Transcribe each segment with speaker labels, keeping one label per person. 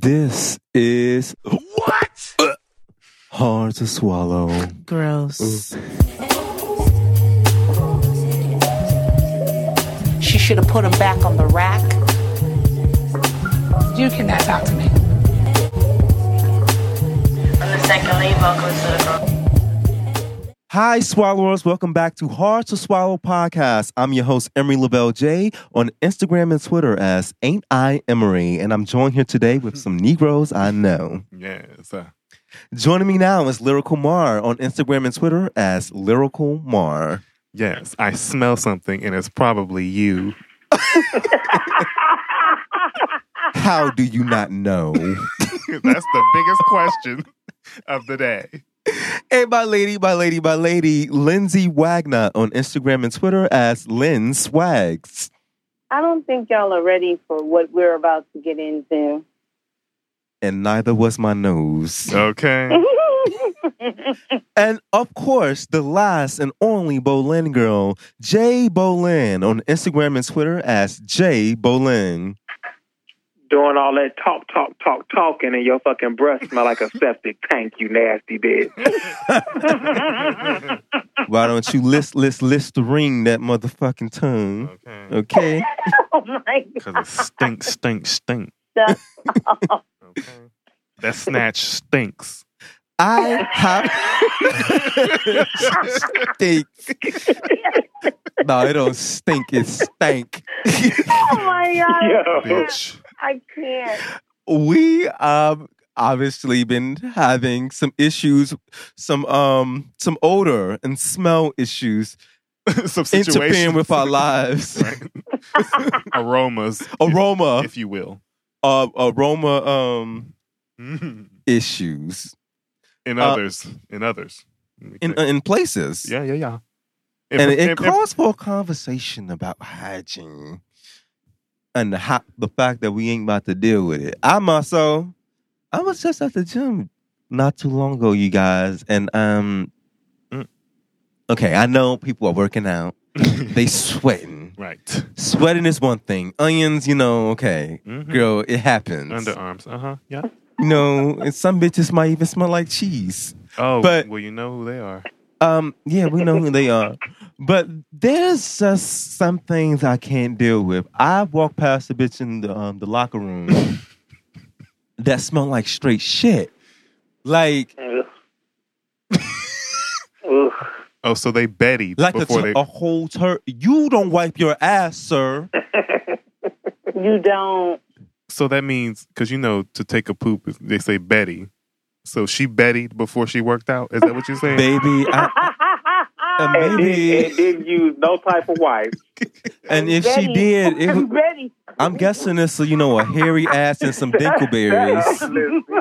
Speaker 1: This is
Speaker 2: What?
Speaker 1: hard to swallow.
Speaker 3: Gross.
Speaker 4: She should have put him back on the rack.
Speaker 5: You cannot talk to me.
Speaker 6: I'm the second lead vocalist of the group.
Speaker 1: Hi, swallowers. Welcome back to Hard to Swallow podcast. I'm your host, Emery Lavelle J, on Instagram and Twitter as Ain't I Emery. And I'm joined here today with some Negroes I know.
Speaker 2: Yeah, sir.
Speaker 1: Joining me now is Lyrical Mar on Instagram and Twitter as Lyrical Mar.
Speaker 2: Yes, I smell something, and it's probably you.
Speaker 1: How do you not know?
Speaker 2: That's the biggest question of the day.
Speaker 1: and my lady, my lady, my lady, Lindsay Wagner on Instagram and Twitter as Lynn Swags.
Speaker 7: I don't think y'all are ready for what we're about to get into.
Speaker 1: And neither was my nose.
Speaker 2: Okay.
Speaker 1: And of course, the last and only Bolin girl, Jay Bolin, on Instagram and Twitter as Jay Bolin.
Speaker 8: doing all that talk, talk, talk, talking, and your fucking breath smell like a septic tank, you nasty bitch.
Speaker 1: Why don't you list, list, list the ring that motherfucking tongue?
Speaker 2: Okay.
Speaker 1: Okay.
Speaker 7: oh my
Speaker 2: Because it stinks, stinks, stink.
Speaker 7: god.
Speaker 2: Okay. That snatch stinks.
Speaker 1: I have. stink. No, it don't stink, it stank.
Speaker 7: Oh my god.
Speaker 8: Yo.
Speaker 2: Bitch.
Speaker 7: I can't.
Speaker 1: we um obviously been having some issues, some um some odor and smell issues
Speaker 2: Some
Speaker 1: interfering
Speaker 2: situations.
Speaker 1: with our lives.
Speaker 2: Right. Aromas,
Speaker 1: Aroma.
Speaker 2: if you will.
Speaker 1: uh, aroma um,
Speaker 2: In
Speaker 1: issues
Speaker 2: others. In others.
Speaker 1: Uh, in in places.
Speaker 2: yeah, yeah, yeah.
Speaker 1: And it,
Speaker 2: And-
Speaker 1: it
Speaker 2: and-
Speaker 1: calls for a conversation about hygiene and the, ho- the fact that we ain't about to deal with it. I myself, I was just at the gym not too long ago, you guys, and um,
Speaker 2: Mm.
Speaker 1: okay, I know people are working out, they sweating.
Speaker 2: right.
Speaker 1: Sweating is one thing. Onions, you know, okay,
Speaker 2: Mhm.
Speaker 1: girl, it happens.
Speaker 2: Underarms. Uh huh. Yeah.
Speaker 1: You know, and some bitches might even smell like cheese.
Speaker 2: Oh,
Speaker 1: But-
Speaker 2: well, you know who they are.
Speaker 1: Um, yeah, we know who they are. But there's just some things I can't deal with. I walked past a bitch in the um, the locker room that smelled like straight shit. Like
Speaker 8: Ugh. Ugh.
Speaker 2: Oh, so they Betty
Speaker 1: like a,
Speaker 2: before
Speaker 1: tur-
Speaker 2: they.
Speaker 1: a whole tur you don't wipe your ass, sir.
Speaker 7: You don't.
Speaker 2: So that means because you know to take a poop, they say Betty. So she bettied before she worked out. Is that what you're saying?
Speaker 1: Baby, I, uh,
Speaker 8: And
Speaker 1: maybe
Speaker 8: did, and did use no type of wife.
Speaker 1: and if she did, it,
Speaker 7: I'm
Speaker 1: w-
Speaker 7: ready.
Speaker 1: I'm guessing it's you know a hairy ass and some dinkleberries.
Speaker 8: Listen,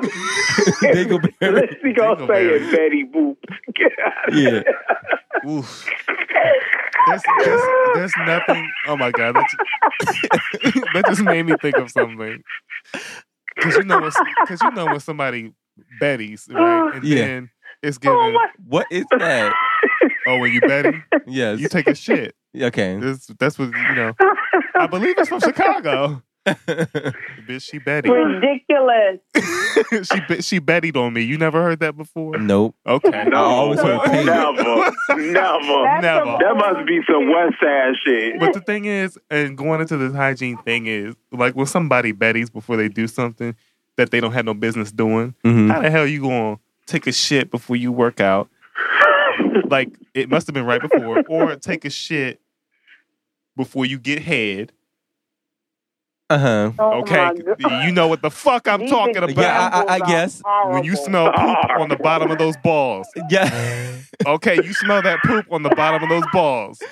Speaker 1: Dingleberry.
Speaker 8: she gonna say
Speaker 2: Dingleberry.
Speaker 8: it, Betty Boop. Get out of here.
Speaker 1: Yeah.
Speaker 2: Oof. There's, there's, there's nothing. Oh my god, that just, that just made me think of something. Because you know, because you know when somebody betties, right? And
Speaker 1: Yeah.
Speaker 2: then it's given. Oh,
Speaker 1: What is that?
Speaker 2: when you betty,
Speaker 1: Yes.
Speaker 2: you take a shit.
Speaker 1: Okay.
Speaker 2: That's, that's what you know. I believe it's from Chicago. Bitch, she betty.
Speaker 7: Ridiculous.
Speaker 2: she bet- she bettied on me. You never heard that before?
Speaker 1: nope.
Speaker 2: Okay.
Speaker 8: No,
Speaker 1: I always heard pink.
Speaker 8: never, never.
Speaker 7: That's
Speaker 2: Oh, Never.
Speaker 7: some
Speaker 8: That must be some West Side shit.
Speaker 2: But the thing is, and going into this hygiene thing is, like when somebody betties before they do something that they don't have no business doing,
Speaker 7: Mm.
Speaker 1: Mhm.
Speaker 2: how the hell you gonna take a shit before you work out? like it must have been right before, or take a shit before you get head.
Speaker 1: Uh huh.
Speaker 7: Oh
Speaker 2: Okay,
Speaker 7: my God.
Speaker 2: you know what the fuck I'm
Speaker 7: These
Speaker 2: talking about.
Speaker 7: examples
Speaker 1: Yeah, I- I- I
Speaker 7: are
Speaker 1: guess
Speaker 2: when you
Speaker 7: horrible.
Speaker 2: smell poop on the bottom of those balls,
Speaker 1: Yeah.
Speaker 2: okay, you smell that poop on the bottom of those balls.
Speaker 7: Oh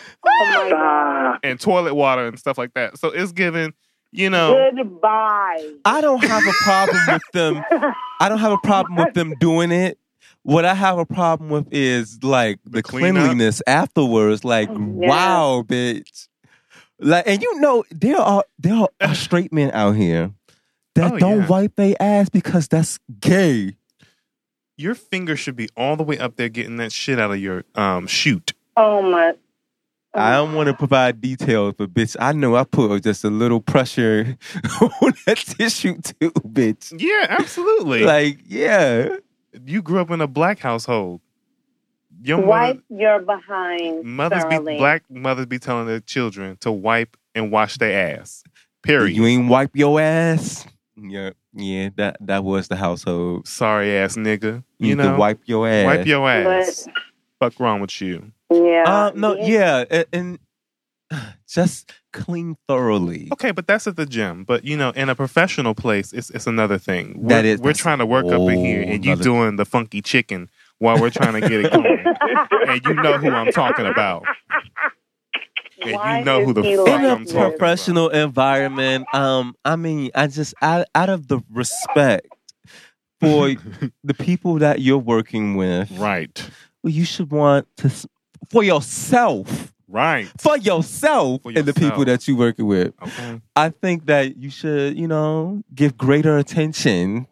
Speaker 7: my God.
Speaker 8: Ah,
Speaker 2: and toilet water and stuff like that. So it's given, you know,
Speaker 7: Goodbye.
Speaker 1: I don't have a problem with them. I don't have a problem with them doing it. What I have a problem with is like the,
Speaker 2: cleanup?
Speaker 1: cleanliness afterwards. Like, wow, bitch. Like, and you know, there are there are straight men out here that
Speaker 2: Oh,
Speaker 1: don't
Speaker 2: yeah.
Speaker 1: wipe their ass because that's gay.
Speaker 2: your finger should be all the way up there getting that shit out of your um shoot.
Speaker 7: Oh my.
Speaker 1: I don't want to provide details, but bitch, I know I put just a little pressure on that tissue too, bitch.
Speaker 2: Yeah, absolutely.
Speaker 1: Like, yeah.
Speaker 2: you grew up in a black household. Your
Speaker 7: Wipe your behind
Speaker 2: mother, mothers
Speaker 7: thoroughly.
Speaker 2: be black mothers be telling their children to wipe and wash their ass. Period.
Speaker 1: You ain't wipe your ass. Yeah, yeah, that that was the household.
Speaker 2: Sorry ass nigga.
Speaker 1: You,
Speaker 2: You,
Speaker 1: need
Speaker 2: know,
Speaker 1: to wipe your ass.
Speaker 2: wipe your ass.
Speaker 7: But
Speaker 2: Fuck wrong with you.
Speaker 7: yeah,
Speaker 1: Uh, no, yeah, and, and just clean thoroughly.
Speaker 2: Okay, but that's at the gym. But you know, in a professional place, it's it's another thing. We're,
Speaker 1: That is-
Speaker 2: we're
Speaker 1: that's
Speaker 2: trying to work up in here,
Speaker 1: whole
Speaker 2: and you
Speaker 1: nother-
Speaker 2: doing the funky chicken while we're trying to get it going. and you know who I'm talking about. And
Speaker 7: Why
Speaker 2: you know who
Speaker 7: is
Speaker 2: the
Speaker 7: he
Speaker 2: fuck
Speaker 7: like
Speaker 1: in a
Speaker 2: I'm
Speaker 7: this?
Speaker 2: talking about.
Speaker 1: professional environment, um, I mean, I just out, out of the respect for the people that you're working with,
Speaker 2: Right,
Speaker 1: well, you should want to s- for yourself,
Speaker 2: right.
Speaker 1: for yourself,
Speaker 2: For
Speaker 1: and the people
Speaker 2: yourself.
Speaker 1: that you're working with.
Speaker 2: Okay.
Speaker 1: I think that you should, you know, give greater attention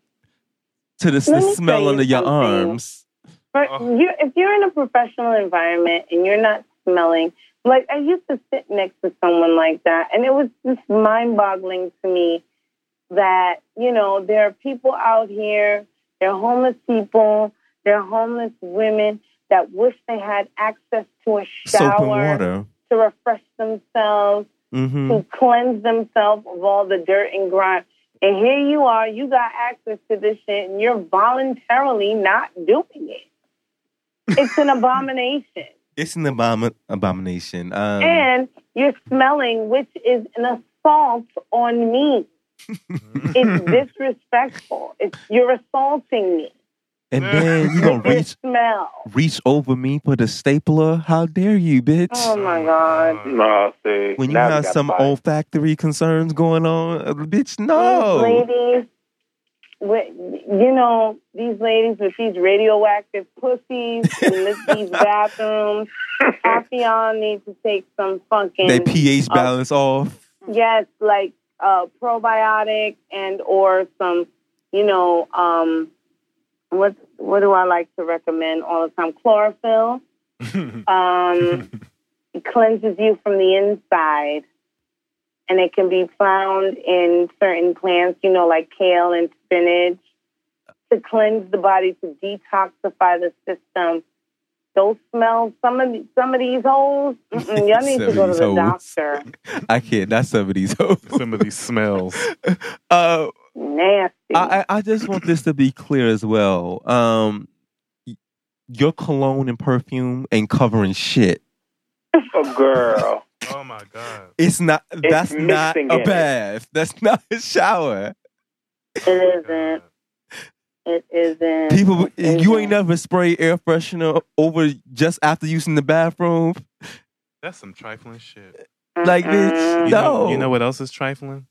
Speaker 1: to the, s- the
Speaker 7: Let me tell
Speaker 1: smell
Speaker 7: you
Speaker 1: under your
Speaker 7: something.
Speaker 1: arms.
Speaker 7: For,
Speaker 2: Oh.
Speaker 7: you, if you're in a professional environment and you're not smelling, like I used to sit next to someone like that, and it was just mind boggling to me that, you know, there are people out here, there are homeless people, there are homeless women that wish they had access to a
Speaker 1: Soap and
Speaker 7: shower
Speaker 1: water.
Speaker 7: to refresh themselves,
Speaker 1: hmm
Speaker 7: to cleanse themselves of all the dirt and grime. And here you are, you got access to this shit, and you're voluntarily not doing it. It's an abomination.
Speaker 1: It's an abomin- abomination. Um,
Speaker 7: And you're smelling, which is an assault on me. It's disrespectful. It's you're assaulting me.
Speaker 1: and then you gonna
Speaker 7: With your
Speaker 1: reach
Speaker 7: smell.
Speaker 1: reach over me for the stapler. How dare you, bitch?
Speaker 7: Oh my god.
Speaker 8: No, see.
Speaker 1: when you
Speaker 8: now we
Speaker 1: have
Speaker 8: got
Speaker 1: some
Speaker 8: fight.
Speaker 1: olfactory concerns going on, uh, bitch, no.
Speaker 7: These ladies, with, you know, these ladies with these radioactive pussies in this, these bathrooms, Affion needs to take some fucking
Speaker 1: They pH
Speaker 7: Uh,
Speaker 1: balance off.
Speaker 7: yes, like uh, probiotic and or some, you know, um, what what do I like to recommend all the time? Chlorophyll. Um, it cleanses you from the inside, and it can be found in certain plants, you know, like kale and spinach, to cleanse the body, to detoxify the system. Those smells, some of the- some of these holes, mm-mm, y'all need to
Speaker 1: Some
Speaker 7: go
Speaker 1: of
Speaker 7: to
Speaker 1: these
Speaker 7: the
Speaker 1: hoes.
Speaker 7: doctor.
Speaker 1: I can't. That's some of these. hoes.
Speaker 2: Some of these smells.
Speaker 1: uh,
Speaker 7: Nasty.
Speaker 1: I, I I just want this to be clear as well. Um, y- your cologne and perfume ain't covering shit.
Speaker 8: Oh, girl.
Speaker 2: Oh my god.
Speaker 1: It's not. that's not
Speaker 8: mixing
Speaker 1: a
Speaker 8: it.
Speaker 1: bath. That's not a shower.
Speaker 7: It isn't. It isn't.
Speaker 1: People,
Speaker 7: It
Speaker 1: you
Speaker 7: isn't.
Speaker 1: ain't never spray air freshener over just after using the bathroom.
Speaker 2: That's some trifling shit.
Speaker 1: Like, bitch,
Speaker 7: Mm-mm.
Speaker 2: You
Speaker 1: no.
Speaker 2: Know, you know what else is trifling?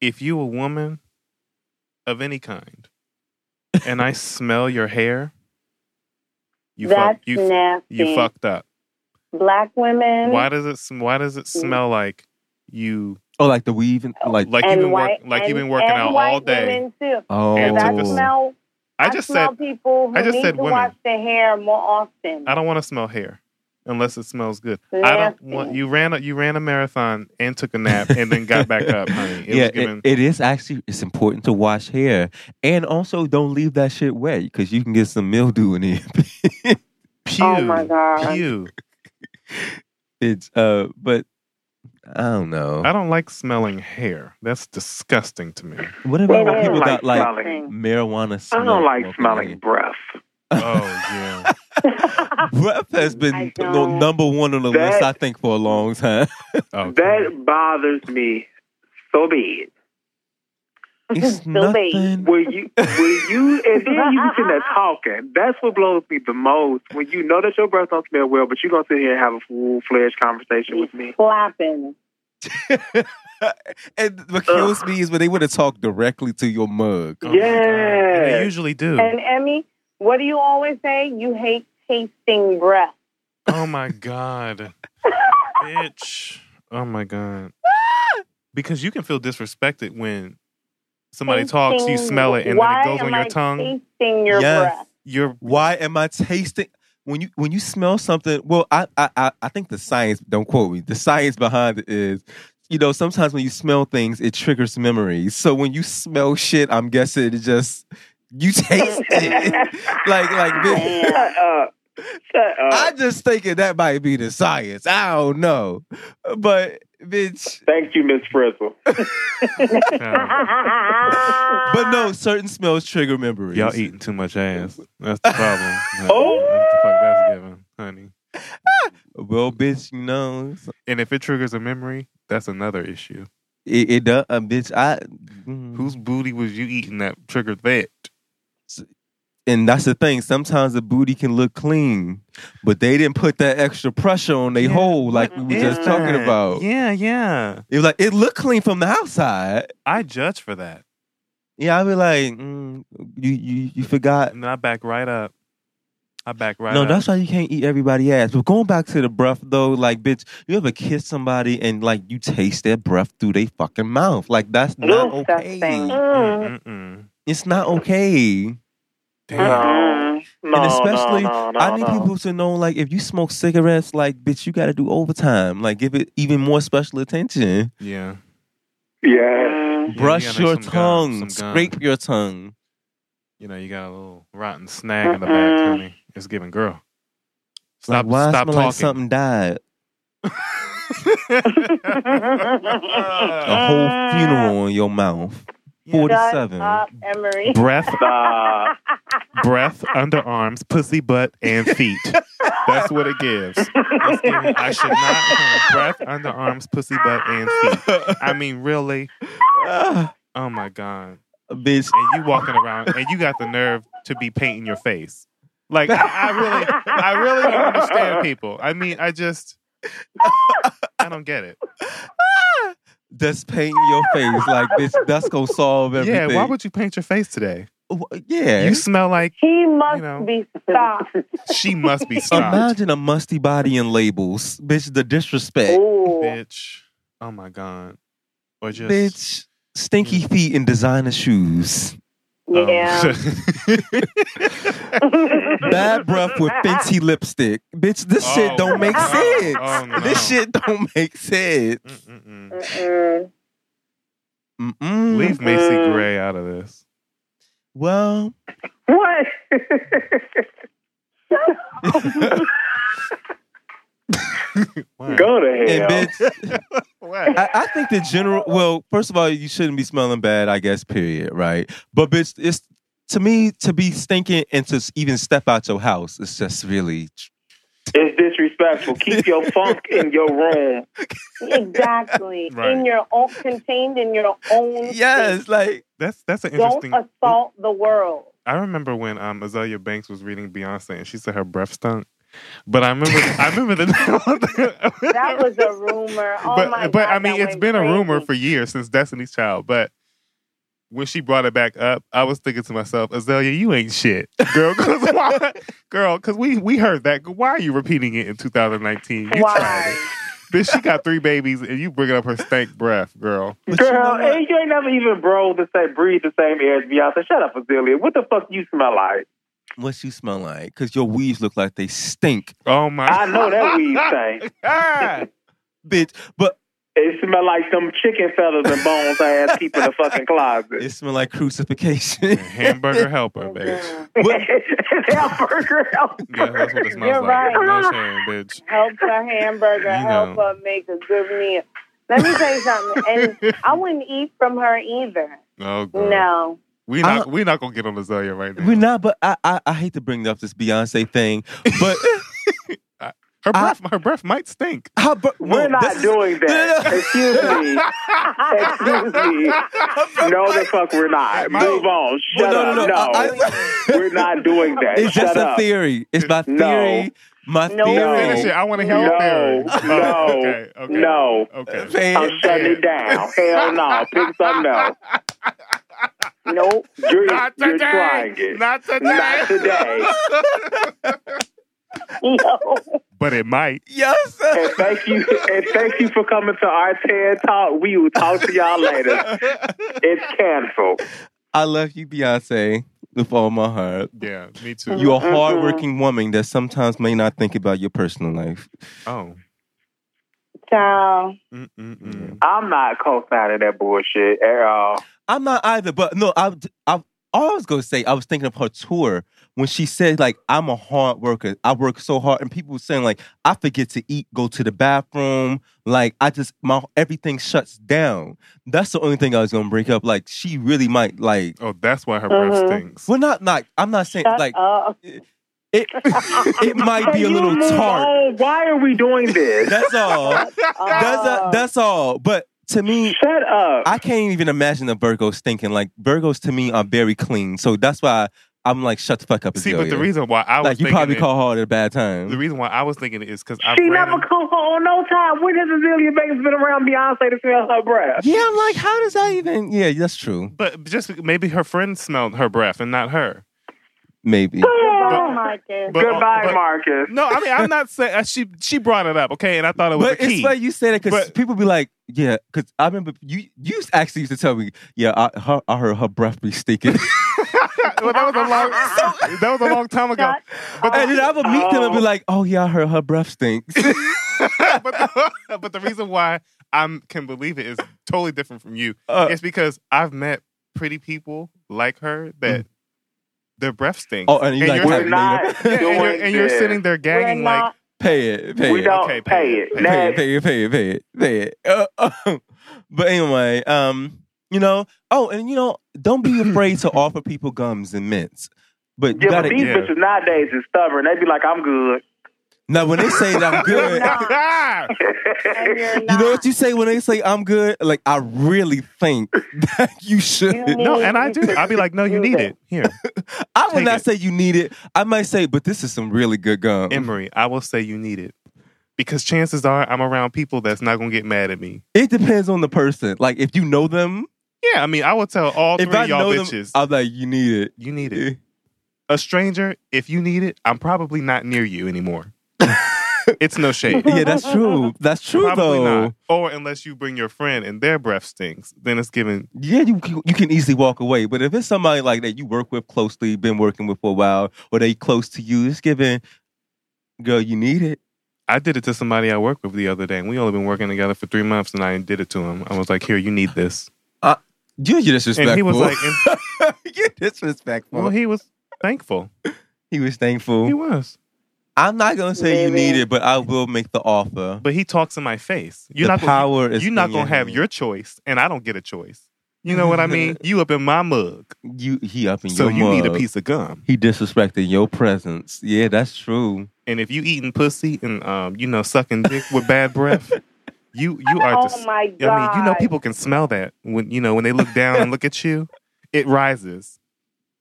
Speaker 2: If you a woman of any kind, and I smell your hair, you fuck,
Speaker 7: That's
Speaker 2: you f-
Speaker 7: nasty.
Speaker 2: you fucked up.
Speaker 7: Black women
Speaker 2: Why does it sm- Why does it
Speaker 7: Mm-hmm.
Speaker 2: smell like you
Speaker 1: Oh, like the weave and like.
Speaker 2: like you've
Speaker 7: and
Speaker 2: been
Speaker 7: white
Speaker 2: work, like
Speaker 7: and,
Speaker 2: you've been working
Speaker 7: and
Speaker 2: out
Speaker 7: white
Speaker 2: all day?
Speaker 7: Women too.
Speaker 1: oh,
Speaker 2: And
Speaker 7: Because I
Speaker 2: took a-
Speaker 7: smell.
Speaker 2: I just
Speaker 7: smell
Speaker 2: said
Speaker 7: people who
Speaker 2: I just
Speaker 7: need
Speaker 2: said
Speaker 7: to
Speaker 2: women.
Speaker 7: wash their hair more often.
Speaker 2: I don't want to smell hair unless it smells good. I don't
Speaker 7: Nasty.
Speaker 2: want you ran a you ran a marathon and took a nap and then got back up, honey. It
Speaker 1: yeah,
Speaker 2: was
Speaker 1: it-
Speaker 2: giving,
Speaker 1: it is actually it's important to wash hair, and also don't leave that shit wet because you can get some mildew in it.
Speaker 2: pew,
Speaker 7: Oh my God.
Speaker 2: pew.
Speaker 1: it's uh, but I don't know.
Speaker 2: I don't like smelling hair. That's disgusting to me.
Speaker 1: what about
Speaker 7: It
Speaker 1: when
Speaker 7: is.
Speaker 1: people got like
Speaker 8: smelling.
Speaker 1: marijuana?
Speaker 8: I
Speaker 1: smoke
Speaker 8: don't like
Speaker 1: walking
Speaker 8: smelling
Speaker 1: in?
Speaker 8: breath.
Speaker 2: Oh yeah.
Speaker 1: Breath has
Speaker 7: I
Speaker 1: been
Speaker 7: don't.
Speaker 1: number one on the
Speaker 8: That-
Speaker 1: list, I think, for a long time.
Speaker 2: Oh,
Speaker 8: That bothers me so bad.
Speaker 1: It's
Speaker 7: Still bait.
Speaker 1: nothing.
Speaker 8: When you, when you, and then you sitting there talking. That's what blows me the most. When you know that your breath don't smell well, but you're gonna sit here and have a full fledged conversation with me.
Speaker 7: Flapping.
Speaker 1: and what kills me is when they would have talked directly to your mug.
Speaker 2: Oh, my God. And they
Speaker 8: yeah.
Speaker 2: usually do.
Speaker 7: And Emmy, what do you always say? You hate tasting breath.
Speaker 2: Oh my god. Bitch. Oh my god. Because you can feel disrespected when somebody talks, you
Speaker 7: Tasting-
Speaker 2: smell it, and then
Speaker 7: Why
Speaker 2: it goes on
Speaker 7: am
Speaker 2: your
Speaker 7: I
Speaker 2: tongue.
Speaker 7: Tasting your
Speaker 1: Yes.
Speaker 7: breath.
Speaker 2: You're
Speaker 1: Why am I tasting? when you when you smell something, well, I I I- I think the science don't quote me. The science behind it is, you know, sometimes when you smell things, it triggers memories. So when you smell shit, I'm guessing it just you taste it. like like this.
Speaker 3: Shut up. Shut up.
Speaker 1: I just thinking that might be the science. I don't know, but bitch.
Speaker 3: Thank you, Miss Frizzle.
Speaker 2: Yeah.
Speaker 1: But no, certain smells trigger memories.
Speaker 2: Y'all eating too much ass. That's the problem. honey.
Speaker 3: Oh.
Speaker 2: That's the fuck that's giving, honey.
Speaker 1: Well, bitch, you know, so-
Speaker 2: And if it triggers a memory, that's another issue.
Speaker 1: it, it does. Uh, bitch, I. mm.
Speaker 2: Whose booty was you eating that triggered that?
Speaker 1: and that's the thing. Sometimes the booty can look clean, but they didn't put that extra pressure on their
Speaker 2: Yeah.
Speaker 1: hole like we were just talking about.
Speaker 2: Yeah, yeah.
Speaker 1: It was like it looked clean from the outside.
Speaker 2: I judge for that.
Speaker 1: Yeah, I'd be like, mm, you you you forgot.
Speaker 2: And I back right up. I back right
Speaker 1: no,
Speaker 2: up.
Speaker 1: that's why you can't eat everybody ass. But going back to the breath though, like bitch, you ever kiss somebody and like you taste their breath through their fucking mouth? Like that's not
Speaker 7: Ooh,
Speaker 1: okay.
Speaker 7: disgusting.
Speaker 2: Mm, mm,
Speaker 1: It's not okay.
Speaker 2: mm.
Speaker 7: Uh-huh.
Speaker 3: No.
Speaker 1: Mm-hmm.
Speaker 3: No,
Speaker 1: and especially,
Speaker 3: no, no, no,
Speaker 1: I need
Speaker 3: no.
Speaker 1: people to know, like, if you smoke cigarettes, like, bitch, you got to do overtime. Like, give it even more special attention.
Speaker 2: Yeah.
Speaker 3: Yeah.
Speaker 2: Yeah, you
Speaker 1: Brush
Speaker 2: gotta make
Speaker 1: your
Speaker 2: some
Speaker 1: tongue,
Speaker 2: gum- some gum.
Speaker 1: scrape your tongue.
Speaker 2: You know, you got a little rotten snag in the back, honey. It's giving girl.
Speaker 1: like,
Speaker 2: Stop,
Speaker 1: why
Speaker 2: stop
Speaker 1: smell
Speaker 2: talking.
Speaker 1: like something died? A
Speaker 2: Yeah.
Speaker 1: whole funeral in your mouth.
Speaker 7: Shut
Speaker 1: 47.
Speaker 7: up, Emery.
Speaker 2: breath,
Speaker 3: Stop.
Speaker 2: breath, underarms, pussy, butt, and feet. That's what it gives. It's giving- I should not have breath, underarms, pussy, butt, and feet. I mean, really?
Speaker 1: Ah,
Speaker 2: Oh my god!
Speaker 1: bitch,
Speaker 2: And you walking around, and you got the nerve to be painting your face. Like I, I really, I really don't understand people. I mean, I just, I don't get it.
Speaker 1: that's painting your face. Like, bitch, that's going to solve everything.
Speaker 2: Yeah, why would you paint your face today?
Speaker 1: Wh- yeah.
Speaker 2: You smell like
Speaker 7: He must
Speaker 2: You know.
Speaker 7: be stopped.
Speaker 2: she must be stopped,
Speaker 1: Imagine a musty body in labels. Bitch, the
Speaker 7: Oh,
Speaker 1: disrespect.
Speaker 7: Ooh.
Speaker 2: bitch. Oh my god! Or just
Speaker 1: Bitch, stinky feet in designer shoes. Oh,
Speaker 2: um,
Speaker 7: Yeah.
Speaker 1: Bad breath with fancy lipstick. Bitch, this
Speaker 2: Oh,
Speaker 1: shit don't make
Speaker 2: oh,
Speaker 1: sense.
Speaker 2: oh, no.
Speaker 1: This shit don't make sense.
Speaker 2: Mm-mm-mm.
Speaker 7: Mm-mm.
Speaker 1: Mm-mm.
Speaker 2: Mm. Leave Macy Gray out of this.
Speaker 1: Well,
Speaker 3: What?
Speaker 2: Wow.
Speaker 3: Go to
Speaker 1: and
Speaker 3: hell.
Speaker 1: bitch,
Speaker 2: Wow.
Speaker 1: I, I think the general. Well, first of all, you shouldn't be smelling bad, I guess. Period. Right. But bitch, it's to me to be stinking and to s- even step out your house. It's just really.
Speaker 3: It's disrespectful. Keep your funk in your room.
Speaker 7: Exactly.
Speaker 2: Right.
Speaker 7: In your own, contained in your own. space.
Speaker 1: Yes, like
Speaker 2: That's that's an
Speaker 7: Don't
Speaker 2: interesting.
Speaker 7: assault the world.
Speaker 2: I remember when um, Azalea Banks was reading Beyonce and she said her breath stunk. But I remember, I remember the.
Speaker 7: That was a rumor. Oh
Speaker 2: but
Speaker 7: my
Speaker 2: but
Speaker 7: God,
Speaker 2: I mean,
Speaker 7: that
Speaker 2: it's
Speaker 7: went
Speaker 2: been a
Speaker 7: crazy.
Speaker 2: rumor for years since Destiny's Child. But when she brought it back up, I was thinking to myself, Azalea, you ain't shit, girl. Cause why, girl, because we we heard that. Why are you repeating it in 2019? You tried it.
Speaker 7: Why?
Speaker 2: Bitch, she got three babies, and you bringing up her stank breath, girl.
Speaker 1: but you know
Speaker 3: Girl, eh.
Speaker 1: what?
Speaker 3: and you ain't never even bro to say breathe the same air as Beyonce. Shut up, Azealia. What the fuck you smell like?
Speaker 1: what you smell like? Because your weaves look like they stink,
Speaker 2: Oh my!
Speaker 3: I know that weed stank.
Speaker 2: Ah!
Speaker 1: bitch. But
Speaker 3: It smell like them chicken feathers and bones I had keep in the fucking closet.
Speaker 1: it smell like crucifixion.
Speaker 2: hamburger helper, bitch.
Speaker 7: Mhm.
Speaker 3: Hamburger
Speaker 2: Yeah, that's what it smells
Speaker 7: You're
Speaker 2: like.
Speaker 7: right.
Speaker 2: No shame, bitch.
Speaker 7: Help her hamburger.
Speaker 2: You
Speaker 7: help
Speaker 2: know.
Speaker 7: her make a good meal. Let me tell you something. And I wouldn't eat from her either.
Speaker 2: Oh,
Speaker 1: Uh.
Speaker 2: girl.
Speaker 7: No.
Speaker 2: We
Speaker 1: I
Speaker 2: not we not gonna get on Azalea right now.
Speaker 1: We're not, but I, I I hate to bring up this Beyonce thing, but
Speaker 2: her
Speaker 1: I-
Speaker 2: breath her breath might stink.
Speaker 1: how? But,
Speaker 3: We're not doing that. Excuse me. Excuse me. No, the fuck we're not.
Speaker 2: Mike-
Speaker 3: Move on. Shut
Speaker 1: no, no, no.
Speaker 3: up. No,
Speaker 1: I- I-
Speaker 3: we're not doing that.
Speaker 1: It's
Speaker 3: Shut
Speaker 1: just a
Speaker 3: up.
Speaker 1: theory. It's my
Speaker 3: No.
Speaker 1: theory. My
Speaker 7: No.
Speaker 2: Finish
Speaker 1: theory.
Speaker 2: it. I want to hear your
Speaker 3: No.
Speaker 2: theory.
Speaker 1: Oh,
Speaker 3: No.
Speaker 2: okay,
Speaker 3: No.
Speaker 2: okay, Okay.
Speaker 1: Fan-
Speaker 3: I'm shutting it down. Hell no. Pick something else.
Speaker 7: Nope.
Speaker 3: You're,
Speaker 2: Not
Speaker 3: you're
Speaker 2: today.
Speaker 3: trying it.
Speaker 2: Not today.
Speaker 3: Not today.
Speaker 7: No.
Speaker 2: But it might.
Speaker 1: Yes.
Speaker 3: And thank you. And thank you for coming to our TED Talk. We will talk to y'all later. It's canceled.
Speaker 1: I love you, Beyonce. with all my heart.
Speaker 2: Yeah, me too.
Speaker 1: You're a
Speaker 8: Mm-hmm.
Speaker 1: hardworking woman that sometimes may not think about your personal life.
Speaker 2: oh.
Speaker 7: Child.
Speaker 1: Mm-hmm.
Speaker 2: Mm-mm-mm.
Speaker 8: I'm not co-signing that bullshit at all.
Speaker 1: I'm not either, but no, I, I, all I was gonna say, I was thinking of her tour when she said like, "I'm a hard worker. I work so hard," and people were saying like, "I forget to eat, go to the bathroom, like I just my everything shuts down." That's the only thing I was gonna break up. Like she really might like.
Speaker 2: Oh, that's why her breath
Speaker 3: Mm-hmm.
Speaker 7: Mhm.
Speaker 2: stinks.
Speaker 1: We're not like I'm not saying
Speaker 7: Shut
Speaker 1: like
Speaker 7: up.
Speaker 1: it. it might be a
Speaker 8: Can you
Speaker 1: little
Speaker 8: move
Speaker 1: tart.
Speaker 8: on? Why are we doing this?
Speaker 1: That's all.
Speaker 7: Oh,
Speaker 1: That's a, that's all. But to me,
Speaker 8: Shut up.
Speaker 1: I can't even imagine a Virgo stinking. Like Virgos to me are very clean, so that's why I'm like, shut the fuck up.
Speaker 2: See, but
Speaker 1: Azealia.
Speaker 2: the reason why I was
Speaker 1: like you
Speaker 2: thinking
Speaker 1: probably
Speaker 2: it-
Speaker 1: call hard at a bad
Speaker 2: the
Speaker 1: time.
Speaker 2: reason why I was thinking it is because I
Speaker 8: she
Speaker 2: ran
Speaker 8: never come home no time. When has Azealia Banks been around Beyonce to smell her breath?
Speaker 1: Yeah, I'm like, how does that even? Yeah, that's true.
Speaker 2: but just maybe her friend smelled her breath and not her.
Speaker 1: Maybe.
Speaker 7: Goodbye, Marcus.
Speaker 2: But-
Speaker 8: Goodbye,
Speaker 2: but-
Speaker 8: Marcus.
Speaker 2: No, I mean I'm not saying uh, she she brought it up, okay, and I thought it was
Speaker 1: But
Speaker 2: a
Speaker 1: it's
Speaker 2: key.
Speaker 1: funny you say that because
Speaker 2: But-
Speaker 1: people be like, yeah, because I remember you you actually used to tell me, yeah, I, her, I heard her breath be stinking.
Speaker 2: Well, that was a long that was a long time ago.
Speaker 7: Shut
Speaker 2: But
Speaker 1: and then I would meet them and be
Speaker 8: Oh.
Speaker 1: like, oh yeah, I heard her breath stinks.
Speaker 2: but, the, but the reason why I can believe it is totally different from you.
Speaker 1: Uh,
Speaker 2: it's because I've met pretty people like her that their breath stinks.
Speaker 1: oh, and you like,
Speaker 2: you're,
Speaker 8: We're
Speaker 1: "Hey,
Speaker 8: not
Speaker 1: Nina,
Speaker 2: yeah, and, you're,
Speaker 8: doing
Speaker 2: and you're
Speaker 8: this.
Speaker 2: sitting there
Speaker 7: We're
Speaker 2: gagging like,
Speaker 7: not-
Speaker 1: pay it, pay
Speaker 8: we
Speaker 1: it.
Speaker 8: don't
Speaker 2: Okay,
Speaker 8: pay
Speaker 2: pay
Speaker 8: it.
Speaker 2: it,
Speaker 1: pay it,
Speaker 8: Next.
Speaker 1: pay it, pay it, pay it, pay it. Uh, uh, but anyway, um, you know, oh, and you know, don't be afraid to offer people gums and mints. But you
Speaker 8: Yeah,
Speaker 1: gotta
Speaker 8: but these
Speaker 2: yeah.
Speaker 8: bitches nowadays is stubborn. They be like, I'm good.
Speaker 1: now when they say that I'm good,
Speaker 2: "Ah!"
Speaker 7: And you're
Speaker 1: you
Speaker 7: not.
Speaker 1: know what you say when they say I'm good? Like I really think that you should.
Speaker 7: You
Speaker 2: no,
Speaker 7: need
Speaker 2: and I do.
Speaker 7: to
Speaker 2: I'd be like, no, you
Speaker 7: do
Speaker 2: need
Speaker 7: that.
Speaker 2: it. Here,
Speaker 1: I would
Speaker 2: take
Speaker 1: not
Speaker 2: it.
Speaker 1: say you need it. I might say, but this is some really good gum.
Speaker 2: Emery, I will say you need it. Because chances are I'm around people that's not going to get mad at me.
Speaker 1: It depends on the person. Like if you know them,
Speaker 2: Yeah, I mean, I will tell all
Speaker 1: if
Speaker 2: three
Speaker 1: I
Speaker 2: of y'all
Speaker 1: know
Speaker 2: bitches,
Speaker 1: them, I'm like you need
Speaker 2: you need it.
Speaker 1: it.
Speaker 2: A stranger, if you need it, I'm probably not near you anymore. it's no shade.
Speaker 1: Yeah, that's true. That's true
Speaker 2: Probably
Speaker 1: though.
Speaker 2: not. Or unless you bring your friend and their breath stinks, then it's given.
Speaker 1: yeah, you can- you can easily walk away. But if it's somebody like that you work with closely, been working with for a while, or they close to you, it's giving. Girl, you need it.
Speaker 2: I did it to somebody I worked with the other day, and we only been working together for three months, and I did it to him. I was like, "Here, you need this,"
Speaker 1: You- You're disrespectful.
Speaker 2: and he was like, and-
Speaker 1: "You're disrespectful."
Speaker 2: "Well, he was thankful.
Speaker 1: he was thankful.
Speaker 2: He was,
Speaker 1: I'm not gonna say you
Speaker 7: Baby.
Speaker 1: need it, but I will make the offer.
Speaker 2: but he talks in my face. You're
Speaker 1: the
Speaker 2: not gonna,
Speaker 1: power is
Speaker 2: you're not
Speaker 1: in
Speaker 2: gonna have
Speaker 1: hand.
Speaker 2: your choice, and I don't get a choice. You know what I mean? You up in my mug,
Speaker 1: you. He up in
Speaker 2: so
Speaker 1: your
Speaker 2: you need a
Speaker 1: mug.
Speaker 2: piece of gum.
Speaker 1: He disrespected your presence. Yeah, that's true.
Speaker 2: And if you eating pussy and um, you know, sucking dick with bad breath, you you are.
Speaker 7: Oh
Speaker 2: dis-
Speaker 7: my god!
Speaker 2: I mean, you know, people can smell that when you know when they look down and look at you, it rises.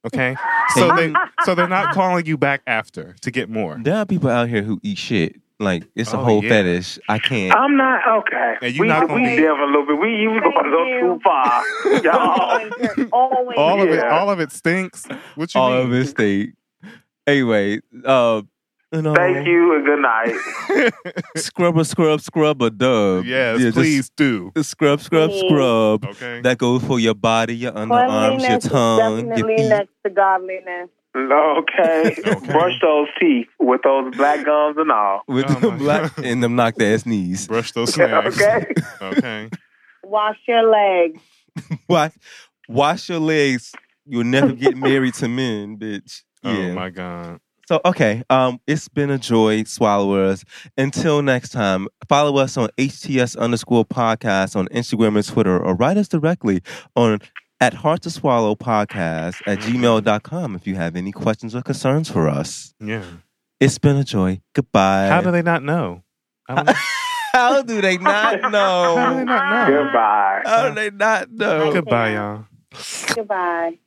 Speaker 2: Okay, so they so they're not calling you back after to get more.
Speaker 1: There are people out here who eat shit. Like it's a
Speaker 2: Oh,
Speaker 1: whole
Speaker 2: yeah.
Speaker 1: fetish. I can't.
Speaker 8: I'm not okay.
Speaker 2: And you
Speaker 8: we
Speaker 2: not gonna
Speaker 8: we
Speaker 2: be-
Speaker 8: delving a little bit. We you
Speaker 7: Thank
Speaker 8: going a little
Speaker 7: you.
Speaker 8: too far, y'all.
Speaker 7: Always, you're always
Speaker 2: All of it,
Speaker 8: Yeah.
Speaker 2: all of it stinks. What you
Speaker 1: all
Speaker 2: mean?
Speaker 1: of his state. Anyway, uh, you know,
Speaker 8: Thank you and good night.
Speaker 1: Scrub a scrub, scrub a dub.
Speaker 2: Yes,
Speaker 1: Yeah, just
Speaker 2: please do.
Speaker 1: Scrub, scrub,
Speaker 7: Please.
Speaker 1: scrub.
Speaker 2: Okay.
Speaker 1: That goes for your body, your underarms, your
Speaker 7: Cleanliness is
Speaker 1: tongue, your
Speaker 7: definitely
Speaker 1: feet.
Speaker 7: next to godliness.
Speaker 8: okay. brush those teeth with those black gums and all.
Speaker 1: With
Speaker 2: Oh
Speaker 1: the
Speaker 2: my
Speaker 1: black
Speaker 2: God.
Speaker 1: and them knocked ass knees.
Speaker 2: Brush those snacks.
Speaker 8: okay.
Speaker 2: Okay.
Speaker 7: Wash your legs.
Speaker 1: Wash, wash your legs. You'll never get married to men, bitch.
Speaker 2: Oh
Speaker 1: yeah.
Speaker 2: my god.
Speaker 1: So okay, um, it's been a joy, swallowers. Until next time, follow us on HTS underscore podcast on Instagram and Twitter, or write us directly on at heart to swallow podcast at gmail.com if you have any questions or concerns for us.
Speaker 2: Yeah.
Speaker 1: It's been a joy. Goodbye.
Speaker 2: How do they not know? I don't know.
Speaker 1: How do they not
Speaker 2: How do they
Speaker 1: know?
Speaker 2: not know?
Speaker 8: Goodbye.
Speaker 1: How do they not know?
Speaker 2: Goodbye, y'all.
Speaker 7: Goodbye.